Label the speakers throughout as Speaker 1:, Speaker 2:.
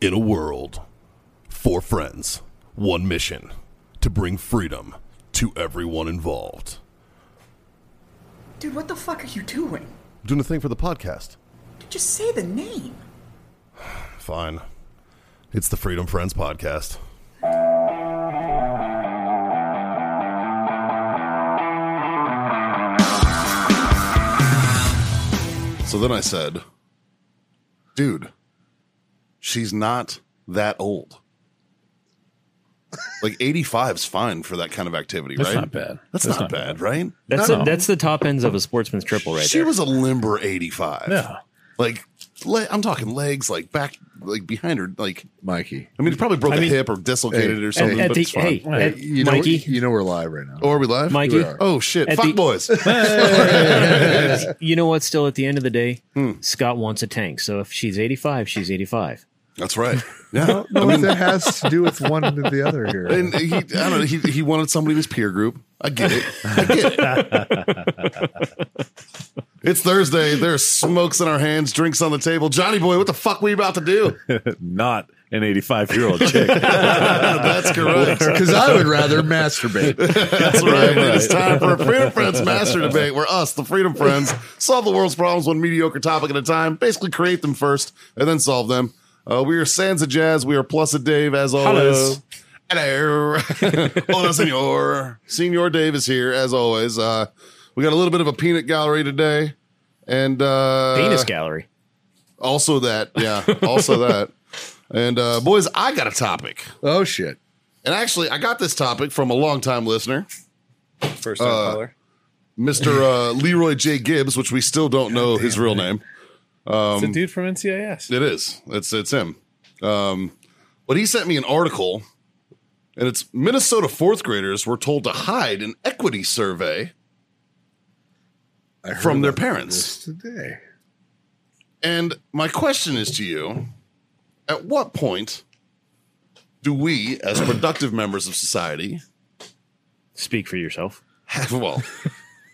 Speaker 1: In a world, four friends, one mission to bring freedom to everyone involved.
Speaker 2: Dude, what the fuck are you doing?
Speaker 1: Doing a thing for the podcast.
Speaker 2: Dude, just say the name.
Speaker 1: Fine. It's the Freedom Friends Podcast.
Speaker 3: So then I said, dude, she's not that old. Like 85 is fine for that kind of activity,
Speaker 4: That's
Speaker 3: right?
Speaker 4: not bad.
Speaker 3: That's, not, bad, right?
Speaker 5: That's
Speaker 4: No,
Speaker 5: a,
Speaker 4: no.
Speaker 5: that's the top ends of a sportsman's triple right
Speaker 3: she
Speaker 5: there.
Speaker 3: was a limber 85.
Speaker 4: Yeah.
Speaker 3: Like, le- I'm talking legs, like back, like behind her. Like,
Speaker 6: Mikey.
Speaker 3: I mean, it probably broke
Speaker 4: I
Speaker 3: a
Speaker 4: mean-
Speaker 3: hip or dislocated
Speaker 6: Hey,
Speaker 3: it or
Speaker 6: at-
Speaker 3: something,
Speaker 5: at
Speaker 3: but
Speaker 5: the,
Speaker 3: it's fine.
Speaker 5: hey,
Speaker 4: Hey,
Speaker 5: at-
Speaker 6: You know,
Speaker 5: Mikey,
Speaker 6: you know we're live right now.
Speaker 3: Oh, are we live?
Speaker 5: Mikey.
Speaker 3: We are. Oh, shit.
Speaker 5: At
Speaker 3: Fuck
Speaker 5: the-
Speaker 3: boys.
Speaker 5: you know what? Still, at the end of the day,
Speaker 3: Hmm.
Speaker 5: Scott wants a tank. So if she's 85, she's 85.
Speaker 3: That's right. Yeah.
Speaker 6: no, that has to do with one to the other here.
Speaker 3: And he, I don't know. He, he wanted somebody in his peer group. I get it. I get it. it's Thursday. There's smokes in our hands, drinks on the table. Johnny boy, what the fuck we about to do? Oh,
Speaker 4: Not an 85 year old chick.
Speaker 3: That's correct.
Speaker 6: Because I would rather masturbate.
Speaker 3: That's right. It's time for a Freedom Friends Master Debate where us, the Freedom Friends, solve the world's problems one mediocre topic at a time, basically create them first and then solve them. Uh, we are Sansa Jazz. We are Plus a Dave, as always. Hello. Hola, senor. Senor Dave is here, as always. Uh, we got a little bit of a peanut gallery today. And uh,
Speaker 5: Penis gallery.
Speaker 3: Also that. Yeah. Also that. And uh, boys, I got a topic.
Speaker 6: oh shit!
Speaker 3: And actually, I got this topic from a longtime listener.
Speaker 7: first time caller.
Speaker 3: Mr. Uh, Leroy J. Gibbs, which we still don't know his real name. Um,
Speaker 7: it's a dude from NCIS.
Speaker 3: It is. It's it's him. Um, but he sent me an article, and it's Minnesota fourth graders were told to hide an equity survey
Speaker 6: I heard
Speaker 3: from their
Speaker 6: about
Speaker 3: parents.
Speaker 6: this today.
Speaker 3: And my question is to you: At what point do we, as productive members of society,
Speaker 5: Speak for yourself.
Speaker 3: have well?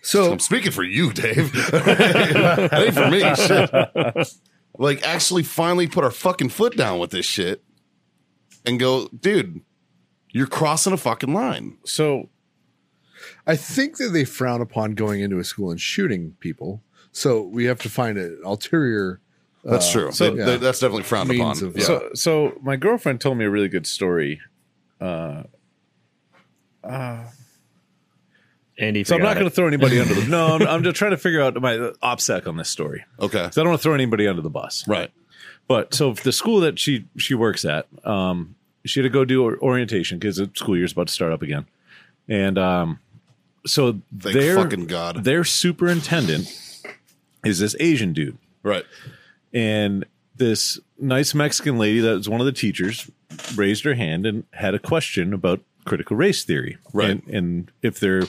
Speaker 6: So
Speaker 3: I'm speaking for you, Dave. It ain't for me. Shit. Like, actually, finally put our fucking foot down with this shit and go, dude, you're crossing a fucking line.
Speaker 7: So
Speaker 6: I think that they frown upon going into a school and shooting people. So we have to find an ulterior.
Speaker 3: That's true.
Speaker 7: so-
Speaker 3: Uh, Th- th- that's definitely frowned
Speaker 6: Means
Speaker 3: upon.
Speaker 6: of-
Speaker 3: yeah.
Speaker 7: so so my girlfriend told me a really good story. Uh,
Speaker 5: Andy,
Speaker 4: so I'm not
Speaker 5: forgot
Speaker 4: going to
Speaker 5: it.
Speaker 4: throw anybody under the No, I'm, I'm just trying to figure out my OPSEC on this story.
Speaker 3: okay.
Speaker 4: So I don't want to throw anybody under the bus.
Speaker 3: Right.
Speaker 4: But so the school that she she works at, um, she had to go do or- orientation because the school year's about to start up again, and um, so
Speaker 3: Thank
Speaker 4: their
Speaker 3: fucking God.
Speaker 4: their superintendent is this Asian dude,
Speaker 3: Right.
Speaker 4: and this nice Mexican lady that was one of the teachers raised her hand and had a question about critical race theory,
Speaker 3: Right.
Speaker 4: And, and if they're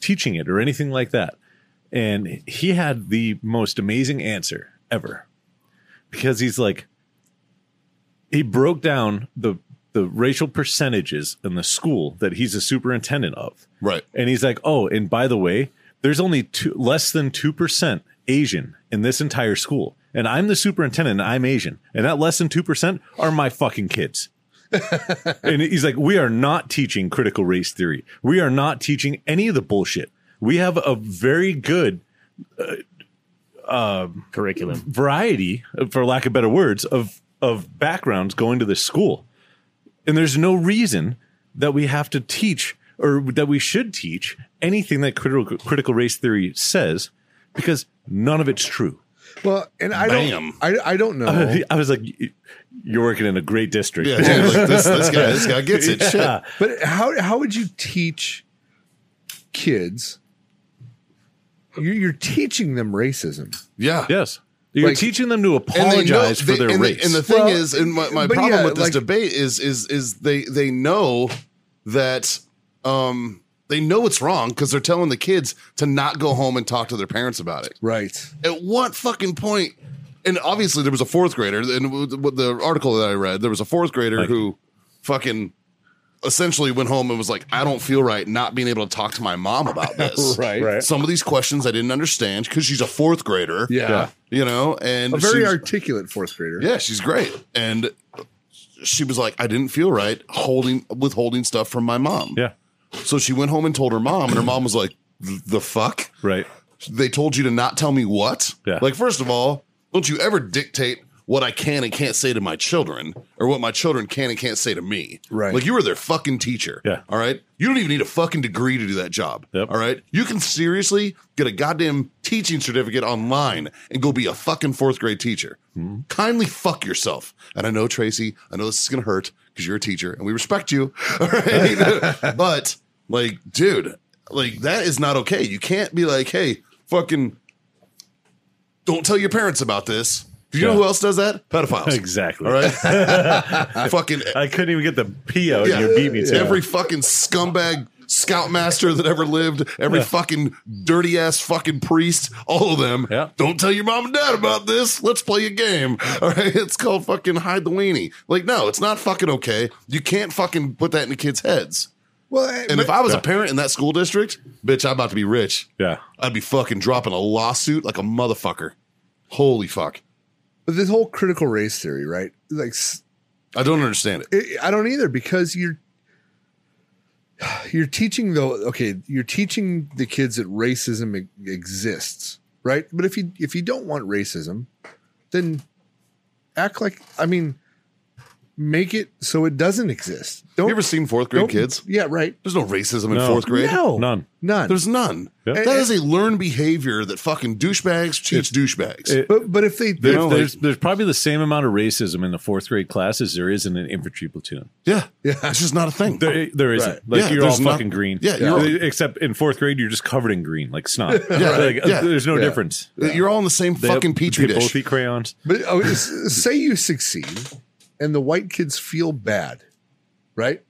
Speaker 4: teaching it or anything like that. And he had the most amazing answer ever because he's like, he broke down the the racial percentages in the school that he's a superintendent of.
Speaker 3: Right.
Speaker 4: And he's like, "Oh, and by the way, there's only two, less than two percent Asian in this entire school, and I'm the superintendent. And I'm Asian, and that less than two percent are my fucking kids." and he's like, "We are not teaching critical race theory. We are not teaching any of the bullshit. We have a very good
Speaker 5: Curriculum.
Speaker 4: variety, for lack of better words, of of backgrounds going to this school, and there's no reason that we have to teach or that we should teach anything that critical critical race theory says, because none of it's true.
Speaker 6: Well, and I
Speaker 3: Bam.
Speaker 6: don't. I, I don't know.
Speaker 4: I was like, "You- "You're working in a great district."
Speaker 3: Oh. Yeah. dude, like, this, this guy, this guy gets it. Shit.
Speaker 4: Yeah.
Speaker 6: But how how would you teach kids? You're, you're teaching them racism.
Speaker 3: Yeah.
Speaker 4: Yes, you're
Speaker 6: Like-
Speaker 4: teaching them to
Speaker 3: And they know-
Speaker 4: apologize
Speaker 3: they-
Speaker 4: for their
Speaker 3: and
Speaker 4: race.
Speaker 3: The, and the thing
Speaker 6: Well,
Speaker 3: is, and my, my
Speaker 6: but
Speaker 3: problem
Speaker 6: yeah,
Speaker 3: with this
Speaker 6: like-
Speaker 3: debate is is is they they know that um they know it's wrong because they're telling the kids to not go home and talk to their parents about it.
Speaker 6: Right.
Speaker 3: At what fucking point? And obviously, there was a fourth grader, and w- w- the article that I read, there was a fourth grader
Speaker 4: Like-
Speaker 3: who fucking essentially went home and was like, "I don't feel right not being able to talk to my mom about this."
Speaker 6: Right.
Speaker 3: Some of these questions I didn't understand because she's a fourth grader.
Speaker 6: Yeah.
Speaker 3: you know, and
Speaker 6: A very
Speaker 3: she's-
Speaker 6: articulate fourth grader.
Speaker 3: yeah, she's great. And she was like, I didn't feel right holding withholding stuff from my mom.
Speaker 4: Yeah.
Speaker 3: So she went home and told her mom, and her mom was like, "The fuck?
Speaker 4: Right.
Speaker 3: They told you to not tell me what?
Speaker 4: Yeah.
Speaker 3: Like, first of all, don't you ever dictate what I can and can't say to my children, or what my children can and can't say to me.
Speaker 6: Right.
Speaker 3: Like, you were their fucking teacher.
Speaker 4: Yeah.
Speaker 3: All right. You don't even need a fucking degree to do that job.
Speaker 4: Yep.
Speaker 3: All right. You can seriously get a goddamn teaching certificate online and go be a fucking fourth grade teacher.
Speaker 4: Hmm.
Speaker 3: Kindly fuck yourself. And I know, Tracy, I know this is going to hurt because you're a teacher and we respect you. All right. but like, dude, like that is not okay. You can't be like, hey, fucking don't tell your parents about this. Do you know
Speaker 4: Yeah.
Speaker 3: who else does that? Pedophiles.
Speaker 4: Exactly.
Speaker 3: All right. fucking
Speaker 4: I couldn't even get the P out. and You beat me to
Speaker 3: Every
Speaker 4: it.
Speaker 3: fucking scumbag scoutmaster that ever lived, every fucking dirty ass fucking priest, all of them.
Speaker 4: Yeah.
Speaker 3: Don't tell your mom and dad about this. Let's play a game. All right. It's called fucking hide the weenie. Like, no, it's not fucking okay. You can't fucking put that into kids' heads.
Speaker 6: Well,
Speaker 3: And if I was a parent in that school district, bitch, I'm about to be rich.
Speaker 4: Yeah.
Speaker 3: I'd be fucking dropping a lawsuit like a motherfucker. Holy fuck.
Speaker 6: But this whole critical race theory, right? Like, s-
Speaker 3: I don't understand it.
Speaker 6: it, I don't either because you're you're teaching though. Okay, you're teaching the kids that racism e- exists, right? But if you if you don't want racism, then act like I mean, make it so it doesn't exist. Don't
Speaker 3: You ever seen fourth grade
Speaker 6: don't-
Speaker 3: kids?
Speaker 6: Yeah, right.
Speaker 3: There's no racism in
Speaker 4: No.
Speaker 3: fourth grade.
Speaker 6: No,
Speaker 4: None.
Speaker 6: none.
Speaker 3: There's none.
Speaker 4: Yep.
Speaker 3: That is a learned behavior that fucking douchebags teach douchebags.
Speaker 4: it-
Speaker 6: but but if they
Speaker 4: There's,
Speaker 3: know,
Speaker 4: there's,
Speaker 3: like-
Speaker 4: there's probably the same amount of racism in the fourth grade class as there is in an infantry platoon.
Speaker 3: yeah.
Speaker 6: Yeah.
Speaker 3: It's just not a thing.
Speaker 4: There, there isn't.
Speaker 6: Right.
Speaker 4: Like
Speaker 3: Yeah,
Speaker 4: you're all
Speaker 3: there's not-
Speaker 4: fucking green. Uh,
Speaker 3: Yeah, you're all-
Speaker 4: Except in fourth grade, you're just covered in green, like snot. Like, uh,
Speaker 3: Yeah.
Speaker 4: There's no
Speaker 6: Yeah.
Speaker 4: difference.
Speaker 3: You're all in the same
Speaker 4: They-
Speaker 3: fucking petri
Speaker 4: they
Speaker 3: dish.
Speaker 4: Both eat crayons.
Speaker 6: But oh, s- say you succeed and the white kids feel bad, right?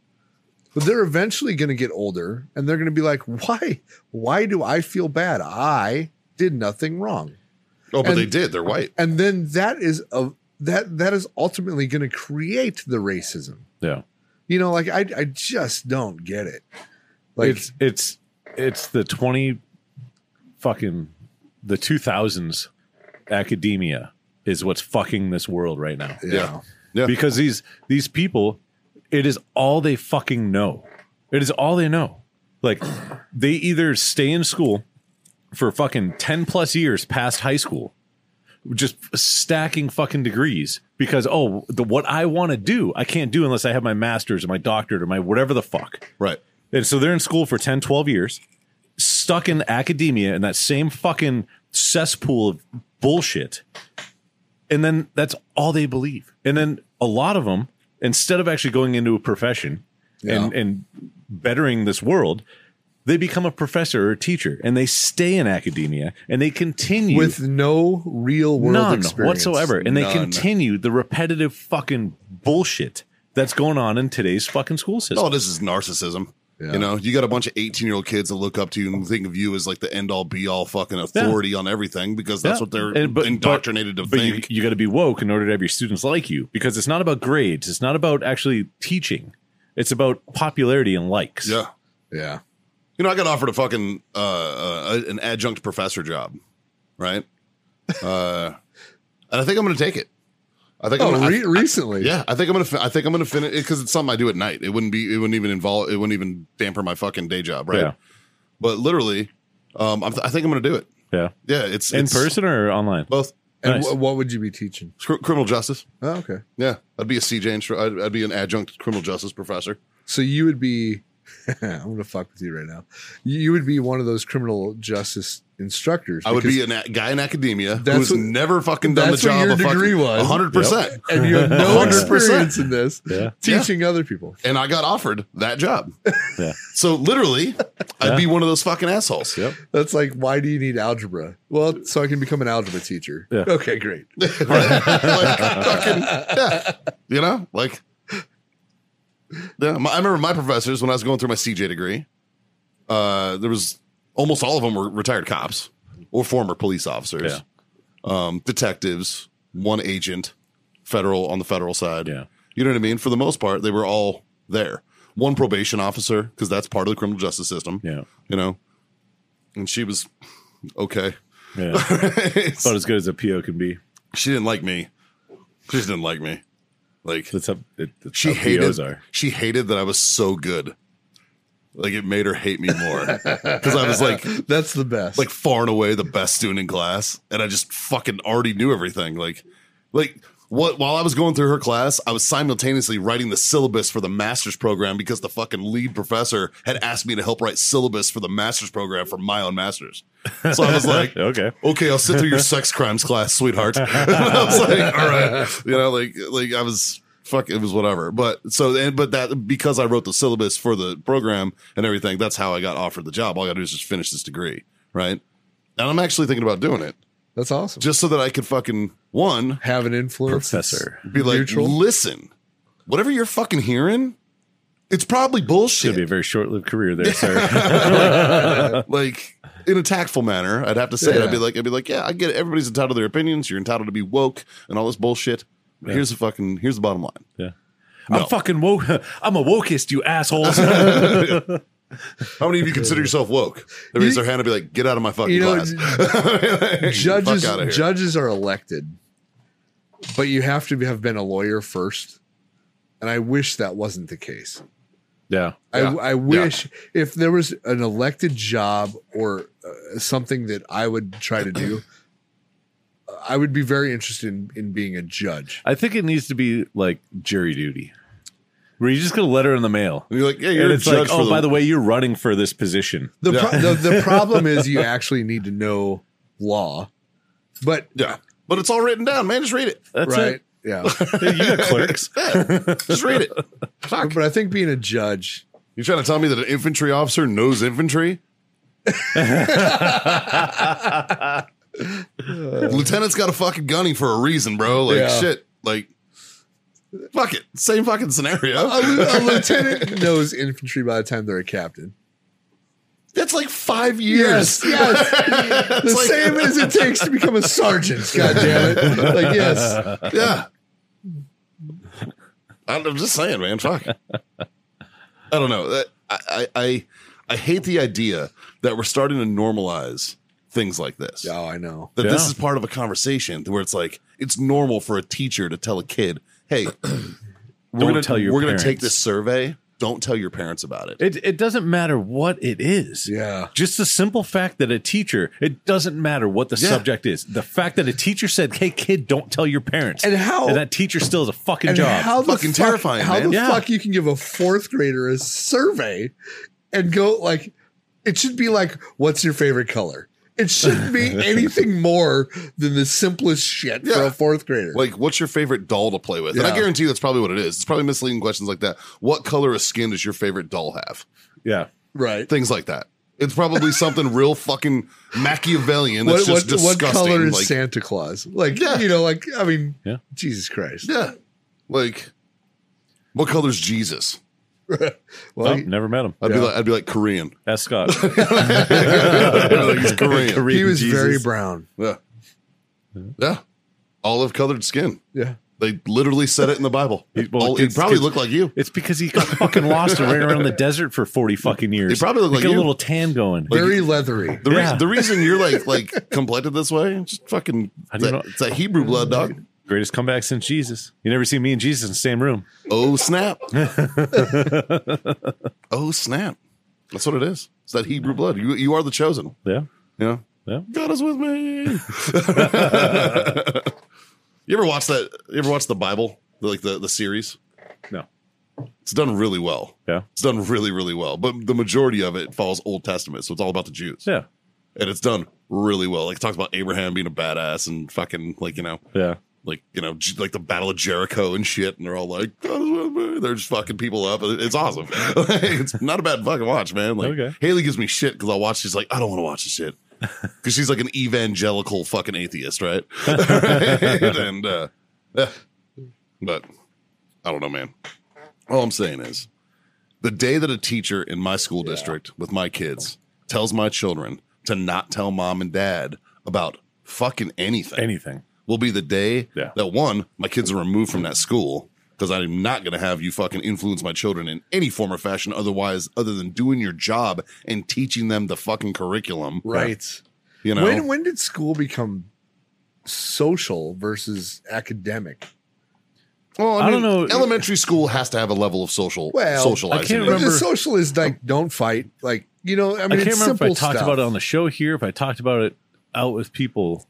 Speaker 6: But they're eventually going to get older and they're going to be like, why? Why do I feel bad? I did nothing wrong.
Speaker 3: oh, but
Speaker 6: and-
Speaker 3: they did. They're white.
Speaker 6: And then that is a that that is ultimately going to create the racism.
Speaker 4: Yeah.
Speaker 6: You know, like I I just don't get it. Like
Speaker 4: it's it's it's the 20 fucking the 2000s academia is what's fucking this world right now
Speaker 3: Yeah.
Speaker 6: yeah.
Speaker 3: Yeah.
Speaker 4: because these these people it is all they fucking know it is all they know like they either stay in school for fucking 10 plus years past high school just stacking fucking degrees because oh the what i want to do i can't do unless i have my masters or my doctorate or my whatever the fuck
Speaker 3: Right.
Speaker 4: and so they're in school for 10, 12 years, stuck in academia in that same fucking cesspool of bullshit. And then that's all they believe. And then a lot of them, instead of actually going into a profession and,
Speaker 6: Yeah.
Speaker 4: and bettering this world, they become a professor or a teacher and they stay in academia and they continue
Speaker 6: with no real world
Speaker 4: none
Speaker 6: experience
Speaker 4: whatsoever. And they
Speaker 3: None.
Speaker 4: continue the repetitive fucking bullshit that's going on in today's fucking school system.
Speaker 3: Oh, this is narcissism. You know, you got a bunch of 18 year old kids that look up to you and think of you as like the end all be all fucking authority on everything because that's
Speaker 4: Yeah.
Speaker 3: what they're
Speaker 4: And- but-
Speaker 3: indoctrinated to
Speaker 4: But you,
Speaker 3: think.
Speaker 4: you got to be woke in order to have your students like you because it's not about grades. It's not about actually teaching. It's about popularity and likes.
Speaker 3: yeah.
Speaker 6: Yeah.
Speaker 3: You know, I got offered a fucking uh, uh, an adjunct professor job, right? Uh, and I think I'm going to take it. I think I'm
Speaker 6: Oh,
Speaker 3: gonna, I-
Speaker 6: re- recently.
Speaker 3: Yeah, I think I'm gonna. Fin- I think I'm gonna finish it because it's something I do at night. It wouldn't be. It wouldn't even involve. It wouldn't even damper my fucking day job, right?
Speaker 4: Yeah.
Speaker 3: But literally, um, I'm th- I think I'm gonna do it.
Speaker 4: Yeah.
Speaker 3: Yeah, it's
Speaker 4: In
Speaker 3: it's
Speaker 4: person or online?
Speaker 3: Both
Speaker 6: And
Speaker 4: Nice.
Speaker 6: wh- what would you be teaching?
Speaker 3: Cr- criminal justice.
Speaker 6: Oh, okay.
Speaker 3: Yeah, I'd be a CJ. Instru- I'd, I'd be an adjunct criminal justice professor.
Speaker 6: So you would be, I'm going to fuck with you right now. You you would be one of those criminal justice instructors.
Speaker 3: I would
Speaker 6: because-
Speaker 3: be a a guy in academia
Speaker 6: That's
Speaker 3: who's
Speaker 6: what-
Speaker 3: never fucking done the
Speaker 6: that's what
Speaker 3: job.
Speaker 6: your
Speaker 3: of
Speaker 6: degree was.
Speaker 3: hundred percent.
Speaker 6: and you have no
Speaker 3: 100%.
Speaker 6: experience in this,
Speaker 4: Yeah.
Speaker 6: teaching other people.
Speaker 3: And I got offered that job.
Speaker 4: Yeah.
Speaker 3: So literally, I'd
Speaker 4: Yeah.
Speaker 3: be one of those fucking assholes.
Speaker 4: Yep.
Speaker 6: That's like, why do you need algebra? Well, so I can become an algebra teacher.
Speaker 4: Yeah.
Speaker 6: Okay, great.
Speaker 3: like fucking yeah. You know, like yeah. My, I remember my professors when I was going through my CJ degree. Uh, there was almost all of them were retired cops or former police officers,
Speaker 4: Yeah.
Speaker 3: um, detectives, one agent, federal on the federal side.
Speaker 4: Yeah.
Speaker 3: you know what I mean. For the most part, they were all there. One probation officer because that's part of the criminal justice system.
Speaker 4: Yeah.
Speaker 3: you know, and she was okay.
Speaker 4: Yeah. About as good as a PO can be.
Speaker 3: She didn't like me. She just didn't like me. Like
Speaker 7: That's how it, that's
Speaker 3: she
Speaker 7: how
Speaker 3: hated
Speaker 7: POs are.
Speaker 3: she hated that I was so good. Like it made her hate me more because I was like
Speaker 6: That's the best.
Speaker 3: like far and away the best student in class, and I just fucking already knew everything. Like, like what? While I was going through her class, I was simultaneously writing the syllabus for the master's program because the fucking lead professor had asked me to help write syllabus for the master's program for my own masters. So I was like,
Speaker 7: Okay.
Speaker 3: okay, I'll sit through your sex crimes class, sweetheart. And I was like, all right, you know, like like I was fuck, it was whatever. But so and but that because I wrote the syllabus for the program and everything, that's how I got offered the job. All I got to do is just finish this degree, right? And I'm actually thinking about doing it
Speaker 6: That's awesome.
Speaker 3: just so that I could fucking one
Speaker 6: Have an influence.
Speaker 7: Professor.
Speaker 3: be like,
Speaker 6: Neutral.
Speaker 3: listen, whatever you're fucking hearing, it's probably bullshit.
Speaker 7: It'll be a very short lived career there, sir.
Speaker 3: like in a tactful manner. I'd have to say it. I'd be
Speaker 6: Yeah.
Speaker 3: like, I'd be like, yeah, I get it. everybody's entitled to their opinions. You're entitled to be woke and all this bullshit. But here's the fucking here's the bottom line.
Speaker 4: I'm fucking woke. I'm a wokist, you assholes.
Speaker 3: How many of you consider yourself woke? They raise
Speaker 6: You-
Speaker 3: their hand and be like, get out of my fucking
Speaker 6: You know,
Speaker 3: class. Like,
Speaker 6: judges
Speaker 3: fuck outta here.
Speaker 6: judges are elected, but you have to have been a lawyer first. And I wish that wasn't the case.
Speaker 7: yeah.
Speaker 3: Yeah.
Speaker 6: I, I wish if there was an elected job or uh, something that I would try to do, I would be very interested in, in being a judge.
Speaker 7: I think it needs to be like jury duty, where you're just going to let her in the mail.
Speaker 3: and you're like, yeah, you're
Speaker 7: And
Speaker 3: a
Speaker 7: it's
Speaker 3: judge
Speaker 7: like,
Speaker 3: for
Speaker 7: oh,
Speaker 3: the,
Speaker 7: by the way, you're running for this position.
Speaker 6: The, pro- the, the problem is you actually need to know law, but
Speaker 3: yeah, but it's all written down, man. Just read it.
Speaker 7: That's
Speaker 6: right,
Speaker 7: it.
Speaker 6: yeah.
Speaker 7: You got clerks.
Speaker 3: Just read it.
Speaker 6: but I think being a judge,
Speaker 3: You trying to tell me that an infantry officer knows infantry? Lieutenant's got a fucking gunny for a reason, bro. Like
Speaker 6: Yeah.
Speaker 3: shit. Like fuck it. Same fucking
Speaker 6: a,
Speaker 3: scenario.
Speaker 6: lieu- a lieutenant knows infantry by the time they're a captain.
Speaker 3: That's like five years.
Speaker 6: yes. the
Speaker 3: like-
Speaker 6: same as it takes to become a sergeant. God damn it! Like yes,
Speaker 3: Yeah. I'm I'm just saying, man. Fuck. I don't know. That- I, I I I hate the idea that we're starting to normalize things like this.
Speaker 6: oh, I know.
Speaker 3: that this
Speaker 7: Yeah.
Speaker 3: is part of a conversation where it's like it's normal for a teacher to tell a kid, "Hey, we're gonna
Speaker 7: tell your
Speaker 3: we're gonna take
Speaker 7: parents."
Speaker 3: this survey. Don't tell your parents about it."
Speaker 7: It, it doesn't matter what it is.
Speaker 6: Yeah.
Speaker 7: Just the simple fact that a teacher, it doesn't matter what the
Speaker 3: Yeah.
Speaker 7: subject is. The fact that a teacher said, hey, kid, don't tell your parents.
Speaker 6: And how-
Speaker 7: And that teacher still has a fucking
Speaker 6: And
Speaker 7: job.
Speaker 6: how the
Speaker 3: Fucking
Speaker 6: fuck-
Speaker 3: terrifying,
Speaker 6: How
Speaker 3: man.
Speaker 6: the
Speaker 7: Yeah.
Speaker 6: fuck you can give a fourth grader a survey and go like it should be like, what's your favorite color? It shouldn't be anything more than the simplest shit for
Speaker 3: Yeah.
Speaker 6: a fourth grader.
Speaker 3: Like, what's your favorite doll to play with? And I
Speaker 6: Yeah.
Speaker 3: guarantee that's probably what it is. It's probably misleading questions like that. What color of skin does your favorite doll have?
Speaker 7: yeah.
Speaker 6: right.
Speaker 3: Things like that. It's probably something real fucking Machiavellian
Speaker 6: What,
Speaker 3: that's
Speaker 6: what,
Speaker 3: just
Speaker 6: what
Speaker 3: disgusting.
Speaker 6: color is
Speaker 3: like,
Speaker 6: Santa Claus? Like,
Speaker 3: Yeah.
Speaker 6: you know, like, I mean,
Speaker 7: Yeah.
Speaker 6: Jesus Christ.
Speaker 3: Yeah. Like, what color's Jesus?
Speaker 6: Well,
Speaker 7: Oh, never met him.
Speaker 3: I'd be
Speaker 6: Yeah.
Speaker 3: like, I'd be like Korean.
Speaker 7: Ask Scott.
Speaker 3: I'd be like, he's Korean.
Speaker 6: he was
Speaker 7: Jesus.
Speaker 6: very brown.
Speaker 3: Yeah. Yeah. Olive colored skin.
Speaker 6: Yeah.
Speaker 3: They literally said it in the Bible.
Speaker 7: He- well,
Speaker 3: All- He'd
Speaker 7: it's-
Speaker 3: probably
Speaker 7: it's-
Speaker 3: look like you.
Speaker 7: It's because he got fucking lost and ran around the desert for 40 fucking years.
Speaker 3: He probably looked
Speaker 7: They
Speaker 3: like
Speaker 7: got
Speaker 3: you.
Speaker 7: a little tan going.
Speaker 6: very leathery.
Speaker 3: The,
Speaker 7: Yeah.
Speaker 3: rea- the reason you're like like complected this way, it's just fucking
Speaker 7: I
Speaker 3: it's
Speaker 7: do
Speaker 3: that,
Speaker 7: not-
Speaker 3: it's that Hebrew blood, dog.
Speaker 7: Greatest comeback since Jesus. You never see me and Jesus in the same room.
Speaker 3: Oh snap! oh snap! That's what it is. It's that Hebrew blood. You you are the chosen.
Speaker 7: Yeah.
Speaker 3: Yeah.
Speaker 7: Yeah.
Speaker 3: God is with me. you ever watch that? You ever watch the Bible? Like the the series?
Speaker 7: No.
Speaker 3: It's done really well.
Speaker 7: Yeah.
Speaker 3: It's done really, really well. But the majority of it follows Old Testament, so it's all about the Jews.
Speaker 7: Yeah.
Speaker 3: And it's done really well. Like it talks about Abraham being a badass and fucking like, you know,
Speaker 7: Yeah.
Speaker 3: like, you know, J- like the Battle of Jericho and shit, and they're all like, "God is with me." they're just fucking people up. It's awesome. Like, it's not a bad fucking watch, man. Like
Speaker 7: Okay.
Speaker 3: Haley gives me shit because I'll watch, she's like, I don't want to watch this shit. Because she's like an evangelical fucking atheist, right? and uh yeah. but I don't know, man. All I'm saying is the day that a teacher in my school district with my kids tells my children to not tell mom and dad about fucking anything
Speaker 7: Anything.
Speaker 3: will be the day
Speaker 7: Yeah.
Speaker 3: that one, my kids are removed from that school because I'm not going to have you fucking influence my children in any form or fashion otherwise, other than doing your job and teaching them the fucking curriculum.
Speaker 6: Right.
Speaker 3: You know,
Speaker 6: When when did school become social versus academic?
Speaker 3: Well, I,
Speaker 4: I don't
Speaker 3: mean,
Speaker 4: know.
Speaker 3: Elementary school has to have a level of social
Speaker 6: Well,
Speaker 3: socializing.
Speaker 4: oh, I can't
Speaker 6: But
Speaker 4: remember-
Speaker 6: the social is like don't fight. Like you know, I
Speaker 4: I
Speaker 6: mean,
Speaker 4: can't
Speaker 6: it's
Speaker 4: remember
Speaker 6: simple
Speaker 4: if I talked
Speaker 6: stuff.
Speaker 4: about it on the show here, if I talked about it out with people.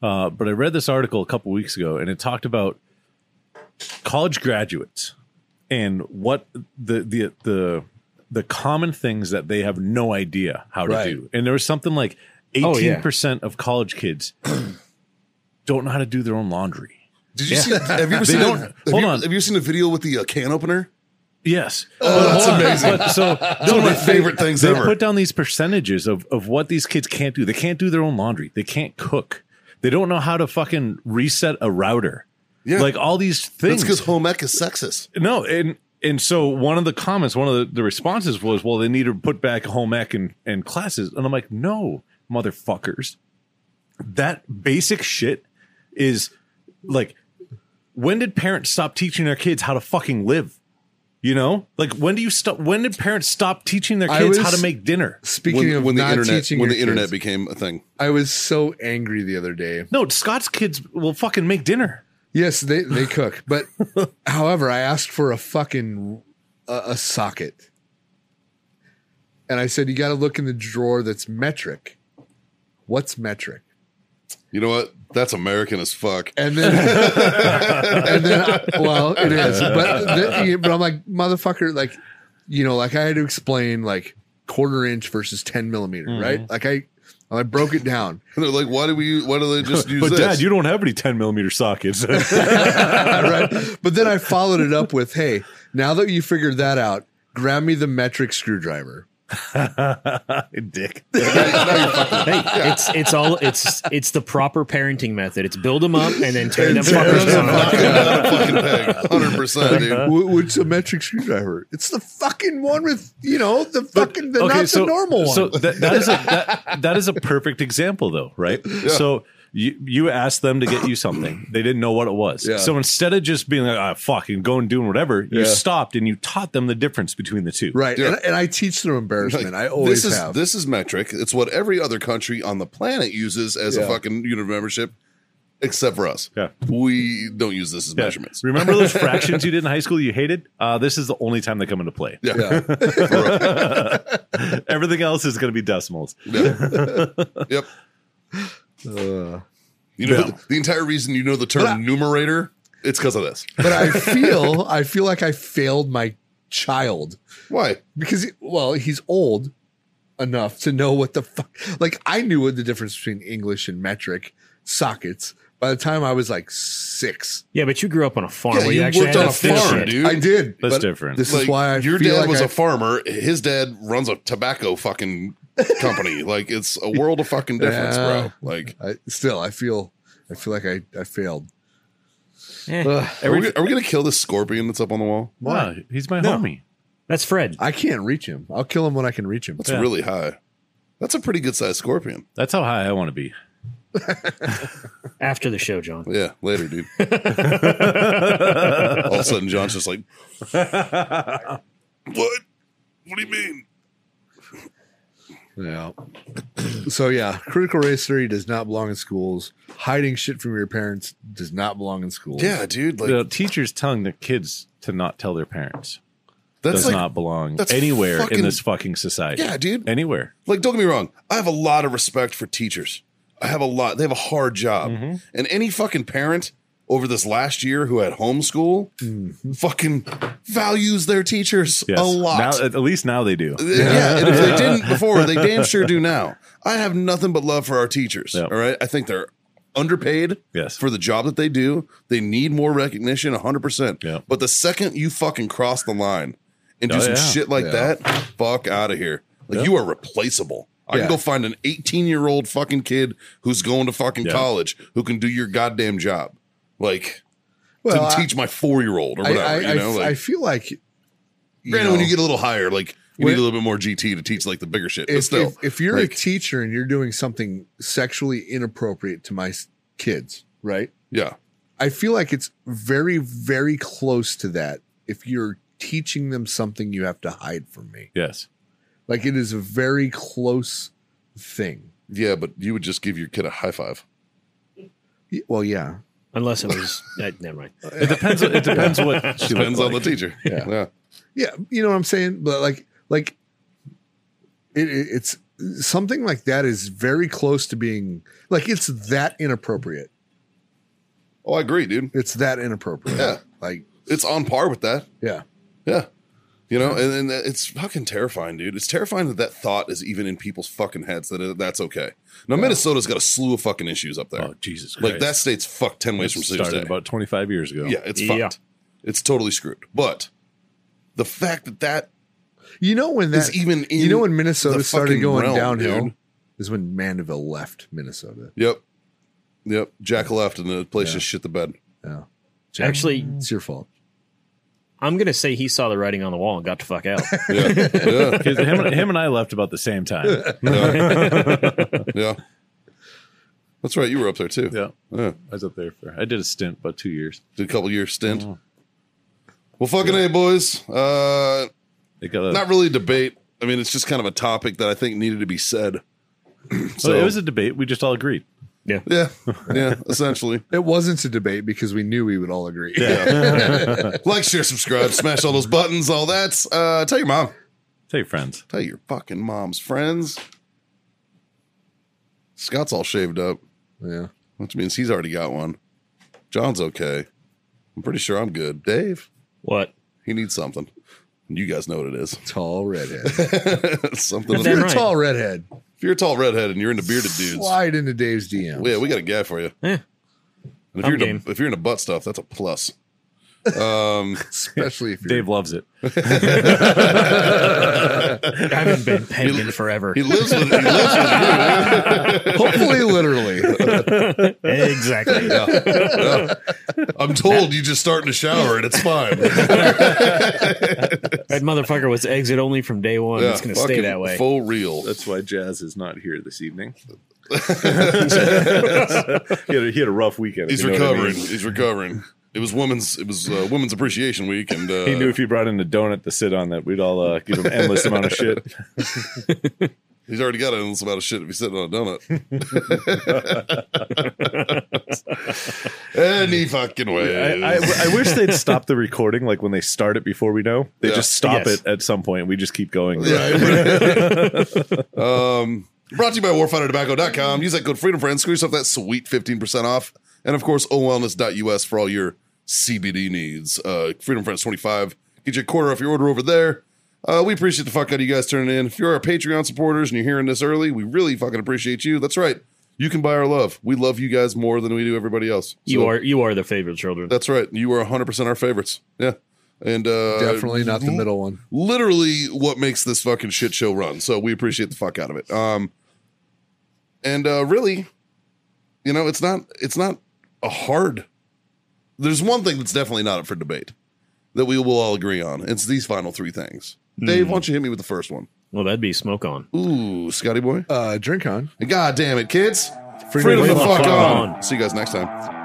Speaker 4: Uh, but I read this article a couple weeks ago, and it talked about college graduates and what the the the the common things that they have no idea how to
Speaker 6: Right.
Speaker 4: do. And there was something like eighteen
Speaker 5: Oh, yeah.
Speaker 4: percent of college kids don't know how to do their own laundry.
Speaker 3: Did you see? Have you ever seen?
Speaker 4: don't-
Speaker 3: a, have,
Speaker 4: hold
Speaker 3: you,
Speaker 4: on.
Speaker 3: have you seen a video with the uh, can opener?
Speaker 4: Yes. Oh, that's amazing. so
Speaker 3: That's one of my favorite things
Speaker 4: they
Speaker 3: ever.
Speaker 4: put down these percentages of, of what these kids can't do. They can't do their own laundry. They can't cook. They don't know how to fucking reset a router.
Speaker 3: Yeah.
Speaker 4: Like all these
Speaker 3: That's
Speaker 4: things.
Speaker 3: because home ec is sexist.
Speaker 4: no, and and so one of the comments, one of the, the responses was, well, they need to put back home ec and, and classes. And I'm like, no, motherfuckers. That basic shit is like when did parents stop teaching their kids how to fucking live? You know? Like when do you stop when did parents stop teaching their
Speaker 6: I
Speaker 4: kids how
Speaker 6: was-
Speaker 4: to make dinner?
Speaker 6: Speaking
Speaker 3: when,
Speaker 6: of
Speaker 3: when the
Speaker 6: not
Speaker 3: internet
Speaker 6: teaching
Speaker 3: when
Speaker 6: your
Speaker 3: the internet
Speaker 6: kids,
Speaker 3: became a thing,
Speaker 6: I was so angry the other day.
Speaker 4: No, Scott's kids will fucking make dinner.
Speaker 6: Yes, they they cook, but however, I asked for a fucking a, a socket, and I said you got to look in the drawer that's metric. What's metric?
Speaker 3: you know what? That's American as fuck.
Speaker 6: And then, and then, I- well, it is, but th- but I'm like motherfucker, like you know, like I had to explain like quarter inch versus ten millimeter,
Speaker 3: Mm-hmm.
Speaker 6: right? Like I, I broke it down.
Speaker 3: And they're like, why do we? use- Why do they just use
Speaker 4: But
Speaker 3: this?
Speaker 4: dad, you don't have any 10 millimeter sockets.
Speaker 6: right? But then I followed it up with, "Hey, now that you figured that out, grab me the metric screwdriver."
Speaker 4: Dick.
Speaker 5: Hey, it's it's all it's it's the proper parenting method. It's build them up and then tear them
Speaker 6: tear
Speaker 5: fuckers down.
Speaker 6: them
Speaker 3: Knock 'em down a fucking peg, hundred percent, dude.
Speaker 6: Wh- What's a metric screwdriver? It's the fucking one with you know the fucking the, not the normal one.
Speaker 4: So that, that is a that, that is a perfect example, though, right? So you you asked them to get you something, they didn't know what it was.
Speaker 6: Yeah.
Speaker 4: So instead of just being like, ah, fuck, and going doing whatever, you
Speaker 6: Yeah.
Speaker 4: stopped and you taught them the difference between the two.
Speaker 6: right,
Speaker 3: Yeah.
Speaker 6: and, and I teach through embarrassment.
Speaker 3: Like,
Speaker 6: I always
Speaker 3: this is
Speaker 6: have.
Speaker 3: this is metric. It's what every other country on the planet uses as a
Speaker 6: Yeah.
Speaker 3: fucking unit of membership, except for us.
Speaker 4: Yeah.
Speaker 3: we don't use this as
Speaker 4: Yeah.
Speaker 3: measurements.
Speaker 4: Remember those fractions you did in high school you hated? Uh, this is the only time they come into play.
Speaker 3: Yeah,
Speaker 6: yeah.
Speaker 4: Everything else is going to be decimals.
Speaker 3: yep.
Speaker 6: Uh,
Speaker 3: You know the, the entire reason you know the term
Speaker 6: But I-
Speaker 3: numerator. It's because of this.
Speaker 6: but I feel I feel like I failed my child
Speaker 3: Why?
Speaker 6: because he- well he's old enough to know what the fuck like i knew what the difference between english and metric sockets by the time i was like six
Speaker 5: Yeah, but you grew up on a farm
Speaker 3: Yeah,
Speaker 5: where you,
Speaker 3: you
Speaker 5: actually
Speaker 3: worked
Speaker 5: had
Speaker 3: on
Speaker 5: to
Speaker 3: a
Speaker 5: fix
Speaker 3: farm,
Speaker 5: it.
Speaker 3: dude.
Speaker 6: i did
Speaker 4: That's
Speaker 6: but
Speaker 4: different.
Speaker 6: this is why I
Speaker 3: your
Speaker 6: feel
Speaker 3: dad
Speaker 6: like
Speaker 3: was
Speaker 6: I-
Speaker 3: a farmer. His dad runs a tobacco fucking company. like it's a world of fucking difference,
Speaker 6: Yeah.
Speaker 3: bro. Like,
Speaker 6: I, still i feel i feel like i, I failed
Speaker 5: Eh.
Speaker 6: Ugh,
Speaker 3: are we, are we gonna kill this scorpion that's up on the wall?
Speaker 4: Wow, he's my homie.
Speaker 5: That's Fred.
Speaker 6: i can't reach him i'll kill him when i can reach him
Speaker 3: That's really high. That's a pretty good sized scorpion.
Speaker 4: That's how high I want to be.
Speaker 5: After the show, John.
Speaker 3: Yeah, later, dude. All of a sudden, John's just like, "What? What do you mean?"
Speaker 6: yeah so yeah critical race theory does not belong in schools hiding shit from your parents does not belong in schools
Speaker 3: Yeah, dude. Like
Speaker 4: The teachers telling the kids to not tell their parents.
Speaker 3: that's
Speaker 4: does
Speaker 3: like,
Speaker 4: not belong
Speaker 3: that's
Speaker 4: anywhere
Speaker 3: fucking-
Speaker 4: in this fucking society.
Speaker 3: Yeah, dude.
Speaker 4: Anywhere.
Speaker 3: like don't get me wrong i have a lot of respect for teachers i have a lot they have a hard job
Speaker 4: Mm-hmm.
Speaker 3: and any fucking parent over this last year who had homeschool fucking values their teachers
Speaker 4: Mm-hmm. Yes.
Speaker 3: a lot
Speaker 4: Now, at least now they do.
Speaker 3: yeah, and if they didn't before they damn sure do now i have nothing but love for our teachers
Speaker 4: Yep.
Speaker 3: all right i think they're underpaid
Speaker 4: Yes.
Speaker 3: for the job that they do they need more recognition 100%
Speaker 4: Yep.
Speaker 3: but the second you fucking cross the line and do
Speaker 4: Oh,
Speaker 3: some
Speaker 4: yeah.
Speaker 3: shit like
Speaker 6: Yeah.
Speaker 3: that fuck out of here like you are replaceable I
Speaker 6: Yeah.
Speaker 3: can go find an 18 year old fucking kid who's going to fucking
Speaker 4: Yeah.
Speaker 3: college who can do your goddamn job. Like,
Speaker 6: well
Speaker 3: to
Speaker 6: I,
Speaker 3: teach my four year old or whatever.
Speaker 6: I, I,
Speaker 3: you know,
Speaker 6: I,
Speaker 3: like,
Speaker 6: I feel like you
Speaker 3: granted, when
Speaker 6: know,
Speaker 3: you get a little higher, like, you
Speaker 6: When-
Speaker 3: need a little bit more GT to teach like the bigger shit. but
Speaker 6: if,
Speaker 3: still,
Speaker 6: if, if you're
Speaker 3: like-
Speaker 6: a teacher and you're doing something sexually inappropriate to my s- kids, right?
Speaker 3: yeah.
Speaker 6: I feel like it's very, very close to that. If you're teaching them something you have to hide from me,
Speaker 4: Yes.
Speaker 6: like it is a very close thing.
Speaker 3: Yeah, but you would just give your kid a high five.
Speaker 6: Y- Well, yeah,
Speaker 5: Unless it was, uh, never mind.
Speaker 4: It depends. It depends what she
Speaker 3: Depends on
Speaker 4: looked
Speaker 3: the
Speaker 4: like.
Speaker 3: teacher. Yeah.
Speaker 6: Yeah, you know what I'm saying, but like like it, it, it's something like that is very close to being like it's that inappropriate.
Speaker 3: Oh, I agree, dude.
Speaker 6: It's that inappropriate.
Speaker 3: Yeah.
Speaker 6: Like
Speaker 3: It's on par with that.
Speaker 6: yeah.
Speaker 3: Yeah. You know, and, and it's fucking terrifying, dude. It's terrifying that that thought is even in people's fucking heads that it, that's okay. Now, Minnesota's got a slew of fucking issues up there.
Speaker 4: Oh Jesus Christ!
Speaker 3: like, that state's fucked 10 ways from Tuesday.
Speaker 4: started about 25 years ago.
Speaker 3: yeah, it's
Speaker 5: Yeah.
Speaker 3: fucked. It's totally screwed. But the fact that that
Speaker 6: You know when
Speaker 3: It's
Speaker 6: that
Speaker 3: even in
Speaker 6: you know when
Speaker 3: the
Speaker 6: Minnesota started
Speaker 3: fucking
Speaker 6: going
Speaker 3: realm,
Speaker 6: downhill
Speaker 3: dude.
Speaker 6: is when Mandeville left Minnesota.
Speaker 3: Yep. Yep. Jack left and the place just shit the bed.
Speaker 6: Yeah.
Speaker 5: Actually,
Speaker 6: It's your fault.
Speaker 5: I'm gonna say he saw the writing on the wall and got the fuck out.
Speaker 3: Yeah. yeah.
Speaker 4: 'Cause him, and- him and I left about the same time.
Speaker 3: Yeah. That's right. You were up there too.
Speaker 4: Yeah,
Speaker 3: Yeah.
Speaker 4: I was up there for. I did a stint about two years.
Speaker 3: Did a couple year stint. Well, fucking A, boys. Uh,
Speaker 4: It got a,
Speaker 3: not really a debate. I mean, it's just kind of a topic that I think needed to be said.
Speaker 4: well, Oh, it was a debate. We just all agreed.
Speaker 3: yeah, yeah, essentially.
Speaker 6: It wasn't a debate because we knew we would all agree.
Speaker 3: Like, share, subscribe, smash all those buttons, all that. Uh, tell your mom,
Speaker 4: Tell your friends.
Speaker 3: tell your fucking mom's friends. Scott's all shaved up,
Speaker 6: yeah.
Speaker 3: which means he's already got one. John's okay. I'm pretty sure I'm good. Dave,
Speaker 5: what?
Speaker 3: he needs something. You guys know what it is.
Speaker 6: Tall redhead.
Speaker 3: something.
Speaker 5: That's
Speaker 6: You're a
Speaker 5: right.
Speaker 6: tall redhead.
Speaker 3: If you're a tall redhead and you're into bearded dudes,
Speaker 6: Slide into Dave's DM.
Speaker 3: Yeah, we got a guy for you.
Speaker 5: Yeah.
Speaker 3: And if
Speaker 5: I'm
Speaker 3: you're
Speaker 5: game.
Speaker 3: into, if you're into butt stuff, that's a plus.
Speaker 6: Especially if you're
Speaker 4: Dave loves it.
Speaker 5: I haven't been pegged in forever.
Speaker 3: He lives with he lives with
Speaker 6: hopefully literally.
Speaker 5: exactly.
Speaker 3: I'm told you just start in the shower and it's fine.
Speaker 5: That motherfucker was exit only from day one. it's gonna stay
Speaker 3: fucking
Speaker 5: that way.
Speaker 3: Full real.
Speaker 4: That's why Jazz is not here this evening. he, had a, he had a rough weekend. if
Speaker 3: He's
Speaker 4: you know what I mean.
Speaker 3: recovering. He's recovering. It was women's it was uh, women's appreciation week and uh,
Speaker 4: He knew if he brought in a donut to sit on that, we'd all uh, give him endless amount of shit.
Speaker 3: he's already got an about of shit if he's sitting on a donut. Any fucking
Speaker 4: I,
Speaker 3: way.
Speaker 4: I, I wish they'd stop the recording, like when they start it before we know. They
Speaker 3: Yeah.
Speaker 4: just stop
Speaker 5: Yes.
Speaker 4: it at some point. We just keep going.
Speaker 3: um, brought to you by warfightertobacco.com. Use that code Freedom Friends. Screw yourself that sweet 15% off. And of course, owellness.us for all your CBD needs. Uh, Freedom Friends 25. Get you a quarter off your order over there. Uh, we appreciate the fuck out of you guys turning in. If you're our Patreon supporters and you're hearing this early, we really fucking appreciate you. That's right. You can buy our love. We love you guys more than we do everybody else.
Speaker 5: You
Speaker 3: So-
Speaker 5: are you are the favorite children.
Speaker 3: That's right. You are 100% our favorites. Yeah. And uh,
Speaker 6: Definitely not the middle one.
Speaker 3: literally what makes this fucking shit show run. So we appreciate the fuck out of it. Um, and uh, really, you know, it's not it's not a hard. There's one thing that's definitely not up for debate that we will all agree on. It's these final three things. Dave, why don't you hit me with the first one?
Speaker 5: Well, that'd be smoke on.
Speaker 3: Ooh, Scotty boy.
Speaker 6: Uh, drink on.
Speaker 3: God damn it, kids. Freedom,
Speaker 6: Freedom
Speaker 3: the
Speaker 6: the
Speaker 3: fuck
Speaker 5: fuck
Speaker 3: on.
Speaker 5: on.
Speaker 3: See you guys next time.